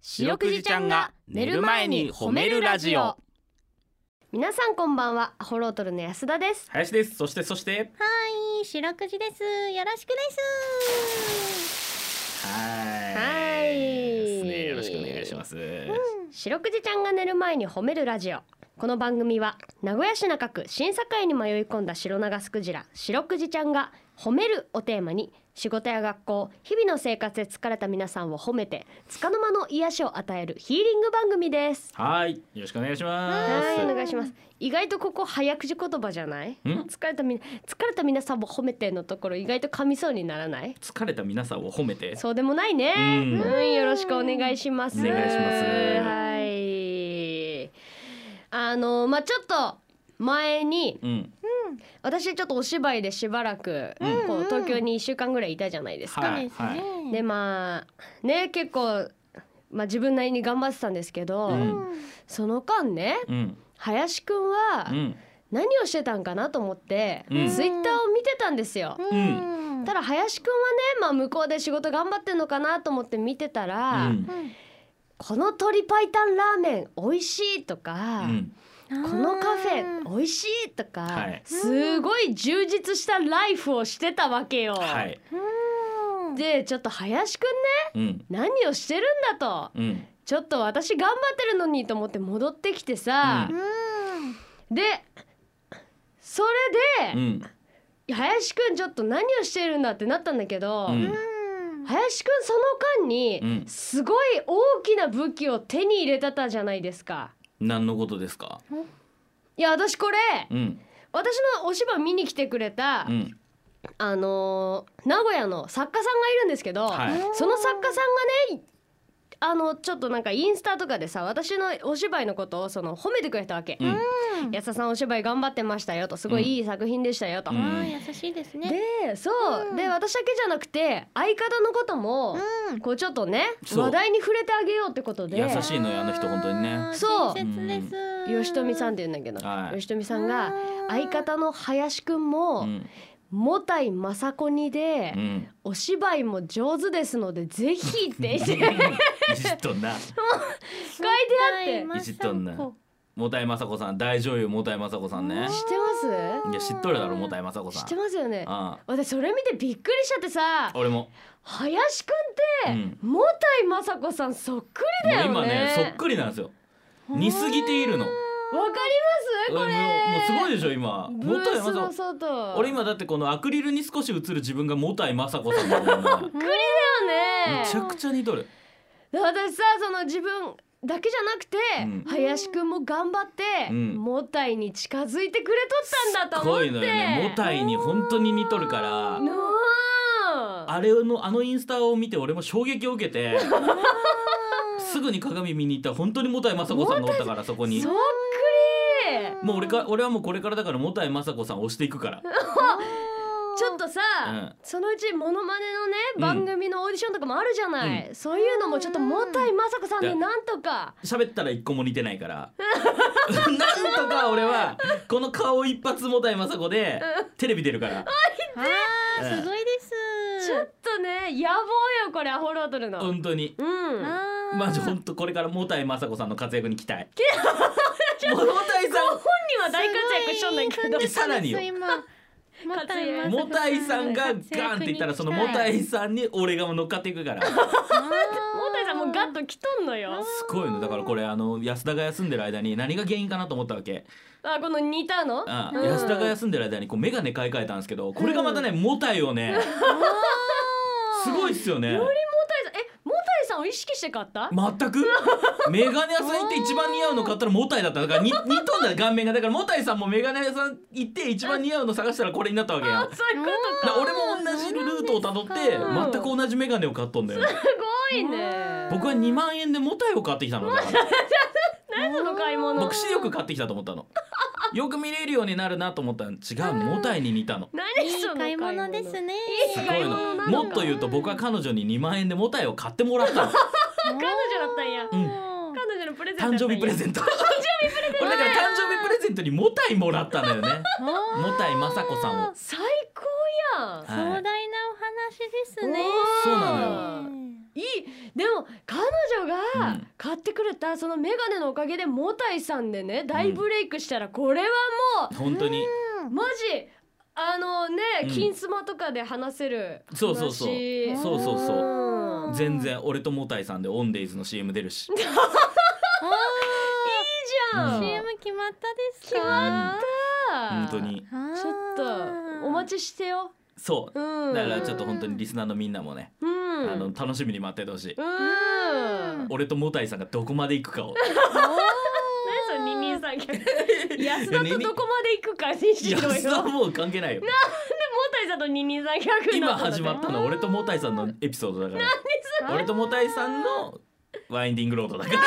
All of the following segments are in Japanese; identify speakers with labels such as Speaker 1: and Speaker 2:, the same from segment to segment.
Speaker 1: 白くじちゃんが寝る前に褒めるラジオ
Speaker 2: 皆さんこんばんはアホロートルの安田です
Speaker 1: 林ですそしてそして
Speaker 3: はい、白くじです。よろしくです。
Speaker 1: はい
Speaker 2: はい
Speaker 1: ですねよろしくお願いします、
Speaker 2: 白くじちゃんが寝る前に褒めるラジオこの番組は名古屋市中区審査会に迷い込んだ白長スクジラ白くじちゃんが褒めるをテーマに仕事や学校日々の生活で疲れた皆さんを褒めて束の間の癒しを与えるヒーリング番組です
Speaker 1: はいよろしくお願いしま
Speaker 2: はいお
Speaker 1: す
Speaker 2: 願いします意外とここ早口言葉じゃない
Speaker 1: ん
Speaker 2: 疲れたみ疲れた皆さんも褒めてのところ意外と噛みそうにならない
Speaker 1: 疲れた皆さんを褒めて
Speaker 2: そうでもないね。
Speaker 1: うん
Speaker 2: うん、よろしくお願いします。
Speaker 1: お願いします
Speaker 2: はい。あの、まあ、ちょっと。前に
Speaker 1: うん
Speaker 2: 私ちょっとお芝居でしばらく、
Speaker 1: うん
Speaker 2: こう東京に1週間ぐらいいたじゃないですか。
Speaker 1: はい
Speaker 3: ですね。
Speaker 2: でまあね結構、まあ、自分なりに頑張ってたんですけど、
Speaker 1: うん
Speaker 2: その間ね
Speaker 1: うん
Speaker 2: 林くんは
Speaker 1: うん
Speaker 2: 何をしてたんかなと思って、
Speaker 1: うん
Speaker 2: ツイッターを見てたんですよ。
Speaker 3: う
Speaker 1: うん
Speaker 3: ん。
Speaker 2: ただ林くんはね、まあ、向こうで仕事頑張ってんのかなと思って見てたら、
Speaker 1: うん
Speaker 2: この鶏白湯ラーメン美味しいとか、
Speaker 1: うん
Speaker 2: このカフェ美味しいとか、
Speaker 1: はい
Speaker 2: すごい充実したライフをしてたわけよ。
Speaker 1: はい
Speaker 2: でちょっと林くんね
Speaker 1: うん
Speaker 2: 何をしてるんだと
Speaker 1: うん
Speaker 2: ちょっと私頑張ってるのにと思って戻ってきてさ、でそれ
Speaker 1: う
Speaker 2: で、
Speaker 1: ん
Speaker 2: 林くんちょっと何をしてるんだってなったんだけど、
Speaker 1: うん
Speaker 2: 林くんその間に、
Speaker 1: うん
Speaker 2: すごい大きな武器を手に入れたたじゃないですか。
Speaker 1: 何のことですか
Speaker 2: いや私これ、
Speaker 1: うん
Speaker 2: 私のお芝居見に来てくれた、
Speaker 1: うん
Speaker 2: あのー名古屋の作家さんがいるんですけど、
Speaker 1: はい
Speaker 2: その作家さんがねあのちょっとなんかインスタとかでさ私のお芝居のことをその褒めてくれたわけ
Speaker 1: う
Speaker 2: 「
Speaker 1: ん
Speaker 2: 安田さんお芝居頑張ってましたよ」と「すごいいい作品でしたよ」と。
Speaker 1: うん
Speaker 3: ああ、優しいですね。
Speaker 2: でそう、
Speaker 3: うん
Speaker 2: で私だけじゃなくて相方のことも、
Speaker 3: うん。
Speaker 2: こうちょっとね
Speaker 1: そう
Speaker 2: 話題に触れてあげようってことで
Speaker 1: 優しいのよあの人本当にね
Speaker 2: そう
Speaker 3: 親切です。
Speaker 2: 吉富さんって言うんだけど、
Speaker 1: はい
Speaker 2: 吉富さんが相方の林くんも、
Speaker 1: うん
Speaker 2: もたいまさこにで、
Speaker 1: うん
Speaker 2: お芝居も上手ですのでぜひって言 って書いて
Speaker 1: いじっとんな
Speaker 2: あっ
Speaker 1: いじっとんなもたいまさこさん大女優もたいまさこさんね
Speaker 2: て知ってま
Speaker 1: いや知っとるだろもたいまさこ
Speaker 2: す
Speaker 1: さん
Speaker 2: 知ってますよね
Speaker 1: あ
Speaker 2: 私それ見てびっくりしちゃってさ
Speaker 1: あ俺も
Speaker 2: 林くんって、もたいまさこさんそっくりだよね
Speaker 1: もう今ねそっくりなんですよ似すぎているの
Speaker 2: わか り
Speaker 1: もうも
Speaker 2: ま
Speaker 1: う
Speaker 2: す
Speaker 1: すごいでしょ今
Speaker 2: これ
Speaker 1: も
Speaker 2: ブ
Speaker 1: たい
Speaker 2: ースの
Speaker 1: まさ
Speaker 2: 外
Speaker 1: 俺今だってこのアクリルに少し映る自分がもたいまさこさんだもん な
Speaker 2: だよね
Speaker 1: めちゃくちゃ似とる
Speaker 2: 私さその自分だけじゃなくて、
Speaker 1: うん
Speaker 2: 林くんも頑張って、
Speaker 1: うん
Speaker 2: もたいに近づいてくれとったんだと思っ
Speaker 1: 濃
Speaker 2: て
Speaker 1: いのよねもたいに本当に似とるから
Speaker 2: なあ
Speaker 1: あれのあのインスタを見て俺も衝撃を受け てすぐに鏡見に行ったら本当にもたいまさこさんがおったからそこに
Speaker 2: そっくり
Speaker 1: もう俺か俺はもうこれからだからもたいまさこさんを押していくから
Speaker 2: ちょっとさ、
Speaker 1: うん
Speaker 2: そのうちモノマネのね
Speaker 1: うん
Speaker 2: 番組のオーディションとかもあるじゃない、そういうのもちょっともたいまさこさんで
Speaker 1: うん
Speaker 2: なんとか
Speaker 1: 喋ったら一個も似てないから なんとか俺はこの顔一発もたいまさこでテレビ出るから
Speaker 3: ああ、すごいです。
Speaker 2: ちょっとね野望よこれアホロートルの、うん
Speaker 1: 本当に
Speaker 3: あ
Speaker 1: マジ本当これからもたいまさこさんの活躍に期待 もたい
Speaker 2: ご本
Speaker 1: さ
Speaker 2: 人は大活躍しとんだけど
Speaker 1: いさらによ
Speaker 3: 今。もたいま
Speaker 1: んもたいさんがガンって言ったらそのもたいさんに俺が乗っかっていくからす
Speaker 2: もたいさんもうガッときとんのよ
Speaker 1: ごいのだからこれあの安田が休んでる間に何が原因かなと思ったわけ、
Speaker 2: あこの似たの
Speaker 1: あ
Speaker 2: うん
Speaker 1: 安田が休んでる間にこう眼鏡買い替えたんですけどこれがまたねもたいをねすごいっすよね
Speaker 2: もたいさんえもたいさんを意識して買った
Speaker 1: 全くメガネ屋さん行って一番似合うの買ったらモタイだっただからに似とんだよ顔面がだからモタイさんもメガネ屋さん行って一番似合うの探したらこれになったわけやんだか
Speaker 2: そういうこと
Speaker 1: ら俺も同じルートをたどって全く同じメガネを買っとんだよ
Speaker 2: すごいね
Speaker 1: 僕は2万円でモタイを買ってき たのだから
Speaker 2: 何その買い物
Speaker 1: 僕視力買ってきたと思ったのよく見れるようになるなと思ったら違うモタイに似たの
Speaker 2: 何
Speaker 3: いい
Speaker 2: その
Speaker 3: 買い物ですね。
Speaker 1: す
Speaker 2: いい
Speaker 1: ご
Speaker 2: 買
Speaker 1: い
Speaker 2: 物
Speaker 1: の
Speaker 2: なのか
Speaker 1: もっと言うと僕は彼女に2万円でモタイを買ってもらったの
Speaker 2: 彼女だったんや
Speaker 1: うん
Speaker 2: 彼女のプレゼントだったん
Speaker 1: 誕
Speaker 2: や
Speaker 1: 生日プレゼント誕生日プレゼント俺だから誕生日プレゼントにモタイもらったのよねもたいまさこさんを。
Speaker 2: 最高やん
Speaker 3: 壮大なお話ですね。
Speaker 2: おー
Speaker 1: そうな
Speaker 3: のよ。
Speaker 2: いいでも彼女がら、
Speaker 1: うん
Speaker 2: 買ってくれたそのメガネのおかげでモタイさんでね大ブレイクしたらこれはも
Speaker 1: 本当に
Speaker 2: うマジあのね、
Speaker 1: うん
Speaker 2: 金スマとかで話せる話
Speaker 1: そうそうそうそうそうそう
Speaker 2: うん
Speaker 1: 全然俺とモタイさんでオンデイズの CM 出るし
Speaker 2: じゃん、
Speaker 1: うん
Speaker 3: CM 決まったですか
Speaker 2: 決まっ
Speaker 1: 本当に
Speaker 3: はー
Speaker 2: ちょっとお待ちしてよ、、
Speaker 1: そううんだからちょっと本当にリスナーのみんなもね、
Speaker 2: うん
Speaker 1: あの楽しみに待っててほしい、
Speaker 2: うん
Speaker 1: 俺とモタイさんがどこまで行くかを
Speaker 2: 何それ二人三 脚 安田
Speaker 1: いや
Speaker 2: と
Speaker 1: ね
Speaker 2: どこまで行くかにしろよ
Speaker 1: 安田はもう関係ないよ
Speaker 2: モタイさんと二人三脚に
Speaker 1: 今
Speaker 2: なったんだ
Speaker 1: 始まったの俺とモタイさんのエピソードだから
Speaker 3: それ
Speaker 1: 俺とモタイさんのワインディングロードだから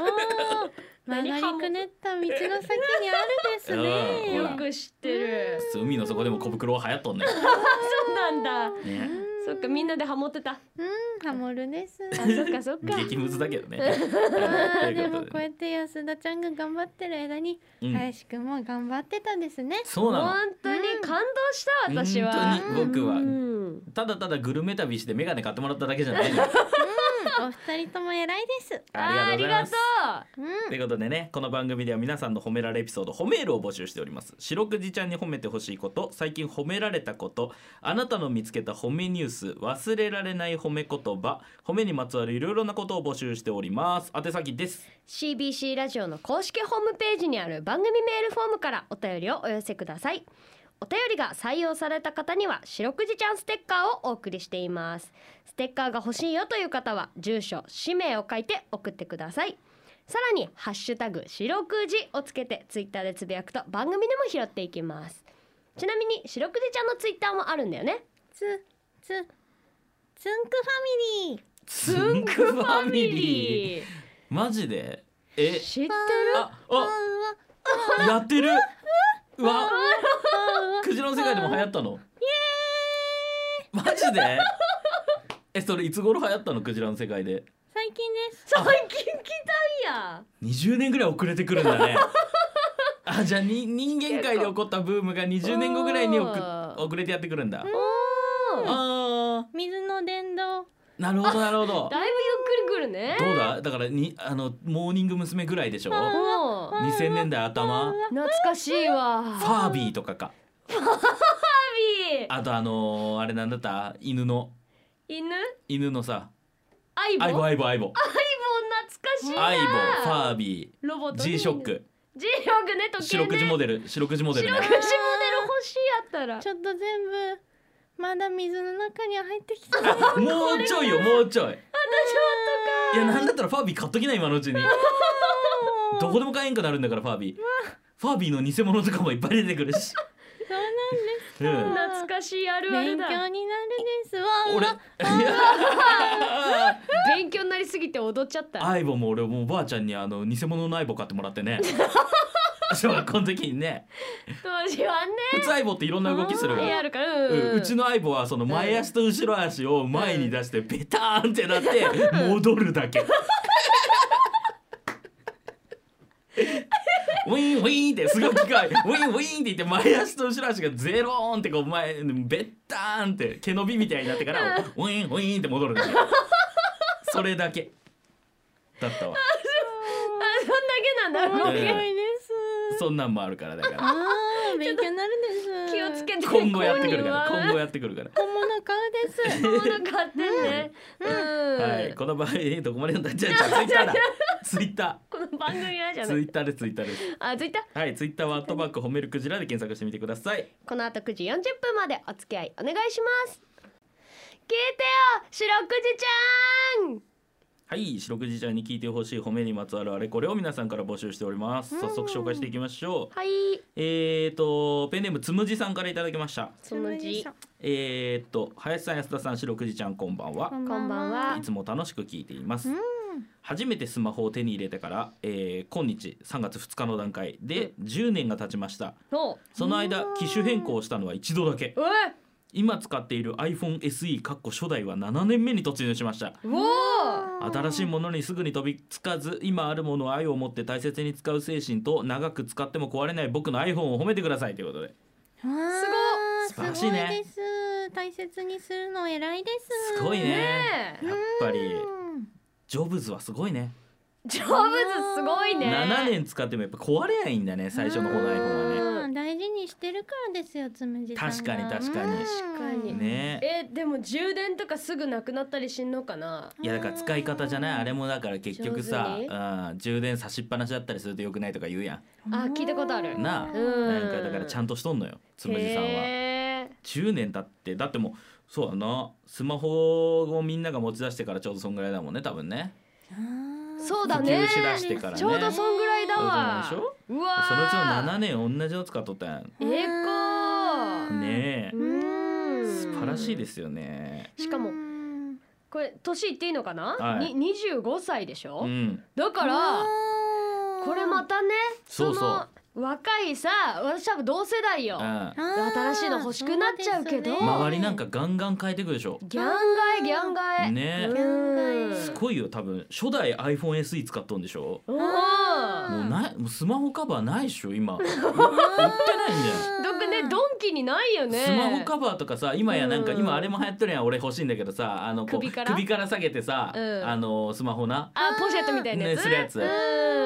Speaker 3: おー曲が
Speaker 2: 何
Speaker 3: り
Speaker 2: ハモ
Speaker 3: くねった道の先にあるです
Speaker 1: うん
Speaker 3: ね。
Speaker 1: ほ
Speaker 2: よ
Speaker 1: ら
Speaker 2: く知ってる
Speaker 1: 海の底でも小袋は流行っとんね
Speaker 2: そうなんだ
Speaker 1: んね
Speaker 2: そっかみんなでハモってた あ
Speaker 3: うん、ハモるです。
Speaker 2: そっかそっか
Speaker 1: 激ムズだけどね
Speaker 3: あ
Speaker 1: は
Speaker 3: ー
Speaker 1: いと
Speaker 3: で
Speaker 1: いう
Speaker 3: も
Speaker 1: こと
Speaker 3: こう
Speaker 1: でね
Speaker 3: やって安田ちゃんが頑張ってる間に、
Speaker 1: うん
Speaker 3: 林くんも頑張ってたんですね。
Speaker 1: そうな
Speaker 2: 本
Speaker 1: の
Speaker 2: 当に感動した私は
Speaker 1: 本当に僕は
Speaker 2: うん
Speaker 1: ただただグルメ旅してメガネ買ってもらっただけじゃないのよ
Speaker 3: お二人とも偉いです。
Speaker 2: あーありがと
Speaker 3: うん、
Speaker 1: ということでねこの番組では皆さんの褒められエピソード褒めールを募集しております白くじちゃんに褒めてほしいこと最近褒められたことあなたの見つけた褒めニュース忘れられない褒め言葉褒めにまつわるいろいろなことを募集しております宛先です
Speaker 2: CBC ラジオの公式ホームページにある番組メールフォームからお便りをお寄せくださいお便りが採用された方には白くじちゃんステッカーをお送りしていますステッカーが欲しいよという方は住所氏名を書いて送ってくださいさらにハッシュタグ白くじをつけてツイッターでつぶやくと番組でも拾っていきますちなみに白くじちゃんのツイッターもあるんだよね
Speaker 3: つ、つ、つんくファミリー。
Speaker 1: つんくファミリーマジでえ
Speaker 2: 知ってる
Speaker 1: ああやってるうわクジラの世界でも流行ったのイエーイマジでえそれいつ頃流行ったのクジラの世界で
Speaker 3: 最近です。
Speaker 2: 最近来たんや
Speaker 1: 20年ぐらい遅れてくるんだね あじゃあに人間界で起こったブームが20年後ぐらいに遅
Speaker 2: うん
Speaker 1: 遅れてやってくるんだ
Speaker 2: おー
Speaker 1: あ
Speaker 3: 水の電動。
Speaker 1: ーなるほどなるほど
Speaker 2: だいぶゆっくりくるね
Speaker 1: どうだだからにあのモーニング娘。ぐらいでしょ
Speaker 3: うん
Speaker 2: おー
Speaker 1: 2000年代頭フ
Speaker 2: 懐かしいわファ
Speaker 1: ァービーとかか
Speaker 2: ビー
Speaker 1: あとあのーあれなんだった犬の
Speaker 2: 犬
Speaker 1: 犬のさ
Speaker 2: アイボ
Speaker 1: アイボ
Speaker 2: アイ
Speaker 1: アイボアイボ
Speaker 2: ボ懐かしいな
Speaker 1: アイボファービ
Speaker 2: ロボッ
Speaker 1: ー
Speaker 2: ト
Speaker 1: G ショック
Speaker 2: G ショックね時計ね
Speaker 1: 四六時モデル四六時モデルね
Speaker 2: 白くじモデル欲しいやったら
Speaker 3: ちょっと全部まだ水の中には入って きてない。
Speaker 1: あ もうちょいよもうちょいいやなんだったらファービー買っときな今のうちにどこでも買えんくなるんだからファービーファービーの偽物とかもいっぱい出てくるし
Speaker 3: そうなんです。
Speaker 1: うん
Speaker 3: か
Speaker 2: 懐かしいあるある
Speaker 3: 勉
Speaker 2: だ
Speaker 3: 強になるです。わあ
Speaker 1: 俺
Speaker 3: わあ
Speaker 1: いや
Speaker 2: 勉強になりすぎて踊っちゃった
Speaker 1: アイボも俺もおばあちゃんにあの偽物のアイボ買ってもらってね小学校の時にね
Speaker 2: 当時はね
Speaker 1: 普通アイボっていろんな動きするから
Speaker 2: やるから
Speaker 1: うん
Speaker 2: うん
Speaker 1: うちの相棒はその前足と後ろ足を前に出してベターンってなって戻るだけ。ウィーンウィーンってすごい機械ウィーンウィーンって言って前足と後ろ足がゼローンってこう前ベッターンって毛伸びみたいになってからウィーンウィーンって戻るだけそれだけだったわ
Speaker 2: あそんだけなんだ
Speaker 3: 面
Speaker 2: 動
Speaker 1: うん
Speaker 2: き
Speaker 3: 白い です。
Speaker 1: そんなんもあるからだから
Speaker 3: ああ勉強になるです。
Speaker 2: 気をつけて
Speaker 1: 今後やってくるから
Speaker 2: 購入は
Speaker 1: 今後やってくるから
Speaker 3: 本物買うです。
Speaker 2: 本物買ってねうん
Speaker 1: はい、この場合どこまで読んだじゃあじゃあツイッターだツイッタ
Speaker 2: この番組はじ
Speaker 1: ー
Speaker 2: ゃ
Speaker 1: ツ
Speaker 2: な
Speaker 1: イ
Speaker 2: い
Speaker 1: ッターですツイッターです
Speaker 2: あ、ツイッター
Speaker 1: はいツイッターはアットマーク褒めるクジラで検索してみてください
Speaker 2: この後9時40分までお付き合いお願いします聞いてよ白くじちゃん
Speaker 1: はい白くじちゃんに聞いてほしい褒めにまつわるあれこれを皆さんから募集しております早速紹介していきましょう
Speaker 2: はい
Speaker 1: えーとペンネームつむじさんからいただきました
Speaker 2: その字
Speaker 1: えーと林さん安田さん白くじちゃんこんばんは
Speaker 3: こん
Speaker 2: こんばんはい
Speaker 1: つも楽しく聞いています
Speaker 3: うん。
Speaker 1: 初めてスマホを手に入れてから、えー今日3月2日の段階で10年が経ちました
Speaker 2: おう
Speaker 1: その間機種変更をしたのは一度だけ
Speaker 2: え
Speaker 1: 今使っている iPhoneSE かっこ初代は7年目に突入しました
Speaker 2: うおー
Speaker 1: 新しいものにすぐに飛びつかず今あるものを愛を持って大切に使う精神と長く使っても壊れない僕の iPhone を褒めてくださいということで
Speaker 3: わあ
Speaker 1: すごい素晴らしいね
Speaker 3: すごです。大切にするの偉いです
Speaker 1: すごいね
Speaker 2: ねえ
Speaker 1: やっぱり
Speaker 3: うん
Speaker 1: ジョブズはすごいね
Speaker 2: ジョブズすごいね
Speaker 1: 7年使ってもやっぱ壊れないんだね最初の方の iPhone はね
Speaker 3: うん大事にしてるからですよつむじさんが
Speaker 1: 確かに確かに
Speaker 3: うん
Speaker 2: 確かに
Speaker 1: ね
Speaker 2: えでも充電とかすぐなくなったりしんのかない
Speaker 1: やだから使い方じゃないあれもだから結局さ
Speaker 2: 上手、
Speaker 1: うん、充電差しっぱなしだったりするとよくないとか言うやん
Speaker 2: あ聞いたことある
Speaker 1: なあ
Speaker 2: うん
Speaker 1: なんかだからちゃんとしとんのよつむじさんは
Speaker 2: へ
Speaker 1: 10年経ってだってもうそうだなスマホをみんなが持ち出してからちょうどそんぐらいだもんね多分ね
Speaker 2: ー
Speaker 3: あー
Speaker 2: そうだね
Speaker 1: 普及しだしてからね
Speaker 2: ちょうどそんぐらいだわ
Speaker 1: そうで
Speaker 2: うわー
Speaker 1: そのうちの7年同じの使っとったやん
Speaker 2: えーこ
Speaker 3: うん
Speaker 1: ねえ
Speaker 2: うん
Speaker 1: 素晴らしいですよね
Speaker 2: しかも
Speaker 3: うん
Speaker 2: これ年いっていいのかな、
Speaker 1: はい
Speaker 2: に25歳でしょ、
Speaker 1: うん
Speaker 2: だからこれまたね
Speaker 1: そうそう
Speaker 2: の若いさ私多分同世代よ
Speaker 1: うん
Speaker 3: あー
Speaker 2: 新しいの欲しくなっちゃうけど
Speaker 3: そですね
Speaker 1: 周りなんかガンガン変えてくるでしょ
Speaker 2: ギャンガイギャンガイ
Speaker 1: ね
Speaker 2: うん
Speaker 1: すごいよ多分初代 iPhoneSE 使っとんでしょ
Speaker 2: おー
Speaker 3: あ
Speaker 1: もうないもうスマホカバーないでし ょ今売ってないんじゃん
Speaker 2: どっかねドンキにないよね
Speaker 1: スマホカバーとかさ今やなん
Speaker 2: う
Speaker 1: か、
Speaker 2: ん
Speaker 1: 今あれも流行ってるやん俺欲しいんだけどさあのこう
Speaker 2: 首から
Speaker 1: 下げてさ、
Speaker 2: うん
Speaker 1: あのスマホな、
Speaker 2: あポシェットみたいなや
Speaker 1: ね、
Speaker 2: つ、
Speaker 1: するやつ、
Speaker 2: う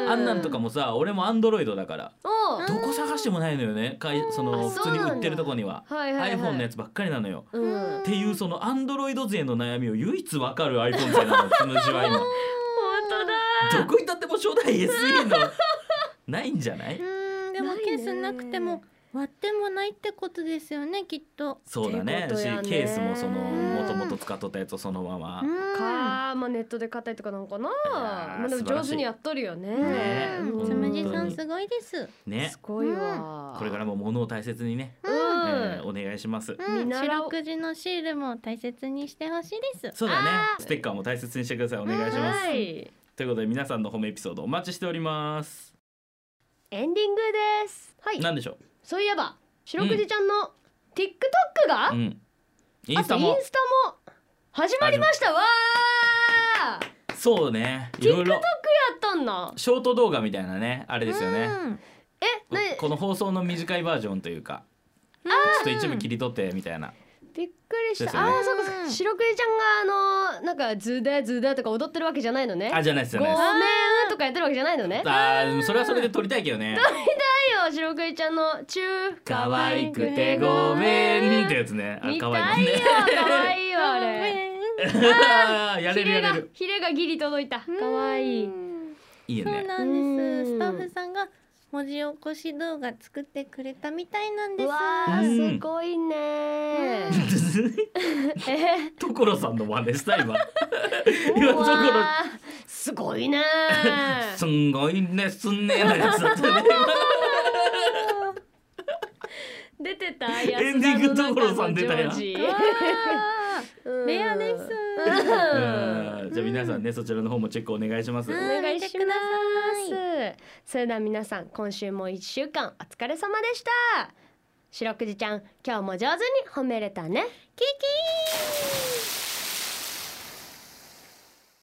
Speaker 2: ん
Speaker 1: あんなんとかもさ俺もアンドロイドだから、
Speaker 2: おう
Speaker 1: どこ探してもないのよねかいその
Speaker 2: あ
Speaker 1: 普
Speaker 2: そう
Speaker 1: 通
Speaker 2: なん
Speaker 1: に
Speaker 2: だ
Speaker 1: 売ってるとこには、
Speaker 2: はいはいはい
Speaker 1: iPhone のやつばっかりなのよ。
Speaker 2: うん、
Speaker 3: うん
Speaker 1: っていうそのアンドロイド勢の悩みを唯一わかる iPhone 勢なのつむじは今
Speaker 2: 本当だ
Speaker 1: どこ行ったってもう初代 SE のないんじゃない
Speaker 3: うんでも
Speaker 2: ないね
Speaker 3: ケースなくても割ってもないってことですよねきっと
Speaker 1: そうだね
Speaker 2: ってこと
Speaker 1: し
Speaker 2: やね
Speaker 1: ケースもその
Speaker 3: うん
Speaker 1: もともと使っとったやつをそのまま、
Speaker 3: うん
Speaker 2: かまあネットで買ったりとかなんかなまあでも上手にやっとるよね
Speaker 1: ね
Speaker 2: うん
Speaker 3: つむじさ
Speaker 1: 本当
Speaker 3: ん
Speaker 1: に
Speaker 3: すごいです
Speaker 1: ね
Speaker 2: すごいわ、
Speaker 1: これからも物を大切にね、えー
Speaker 2: うん、
Speaker 1: お願いします。
Speaker 3: う
Speaker 2: 見
Speaker 3: ん、四
Speaker 2: 習おう
Speaker 3: 六時のシールも大切にしてほしいです。
Speaker 1: そうだね
Speaker 2: あ。ー
Speaker 1: ステッカーも大切にしてください。お願いしま
Speaker 2: は
Speaker 1: す。
Speaker 2: い
Speaker 1: ということで皆さんの褒めエピソードお待ちしております。
Speaker 2: エンディングですはい
Speaker 1: なんでしょ
Speaker 2: そういえば白くじちゃんの TikTok が、
Speaker 1: う。うん。イン
Speaker 2: あ
Speaker 1: ス
Speaker 2: と
Speaker 1: タ
Speaker 2: イン
Speaker 1: も
Speaker 2: スタも始まりましたわー
Speaker 1: そうね。いろいろ
Speaker 2: やったんだ
Speaker 1: ショート動画みたいなねあれですよね。
Speaker 2: えなに
Speaker 1: この放送の短いバージョンというか、
Speaker 3: うん。
Speaker 1: ちょっと一部切り取ってみたいな。
Speaker 2: びっくりした、
Speaker 1: ですよね
Speaker 2: ああーそうかそうか白くじちゃんがあのなんかズダズダとか踊ってるわけじゃないのね
Speaker 1: あじゃないです
Speaker 2: ご
Speaker 1: よ
Speaker 2: めん
Speaker 1: ね。
Speaker 2: とかやってるわけじゃないのね
Speaker 1: あーそれはそれで撮りたいけどね。
Speaker 2: 太陽白くじちゃんの中
Speaker 1: 可愛くてごめんってやつね。あ
Speaker 2: 見
Speaker 1: 可
Speaker 2: た
Speaker 1: 愛い
Speaker 2: い
Speaker 1: もん
Speaker 2: よ
Speaker 1: ね。
Speaker 2: 可愛いよあれ
Speaker 1: あ ーやれ
Speaker 2: ヒ
Speaker 1: る
Speaker 2: レ
Speaker 1: や
Speaker 2: が
Speaker 1: れる。
Speaker 2: ヒレがギリ届いた可愛い
Speaker 3: うん。
Speaker 1: いいよ
Speaker 3: そう
Speaker 1: ね。
Speaker 3: なんで
Speaker 2: う
Speaker 3: す。
Speaker 2: ん
Speaker 3: スタッフさんが文字起こし動画作ってくれたみたいなんで
Speaker 2: う
Speaker 3: す。
Speaker 2: わ
Speaker 1: うん
Speaker 2: ーすごいね
Speaker 3: う
Speaker 2: え
Speaker 1: 所さんの真似し た今
Speaker 2: ー
Speaker 1: 今
Speaker 2: うわ
Speaker 1: 所
Speaker 2: ーすごいね
Speaker 1: すんごいねすんねえなやつだったね
Speaker 2: 出てたや
Speaker 1: エンディング所さん出たやん
Speaker 2: うん
Speaker 3: レアで
Speaker 2: うん
Speaker 1: う
Speaker 3: す
Speaker 1: んじゃあ皆さんねそちらの方もチェックお願いします
Speaker 3: う
Speaker 2: お
Speaker 3: ん
Speaker 2: 願いしま
Speaker 3: 見てく
Speaker 2: すそれでは皆さん今週も一週間お疲れ様でした白くじちゃん今日も上手に褒めれたね
Speaker 3: キキー。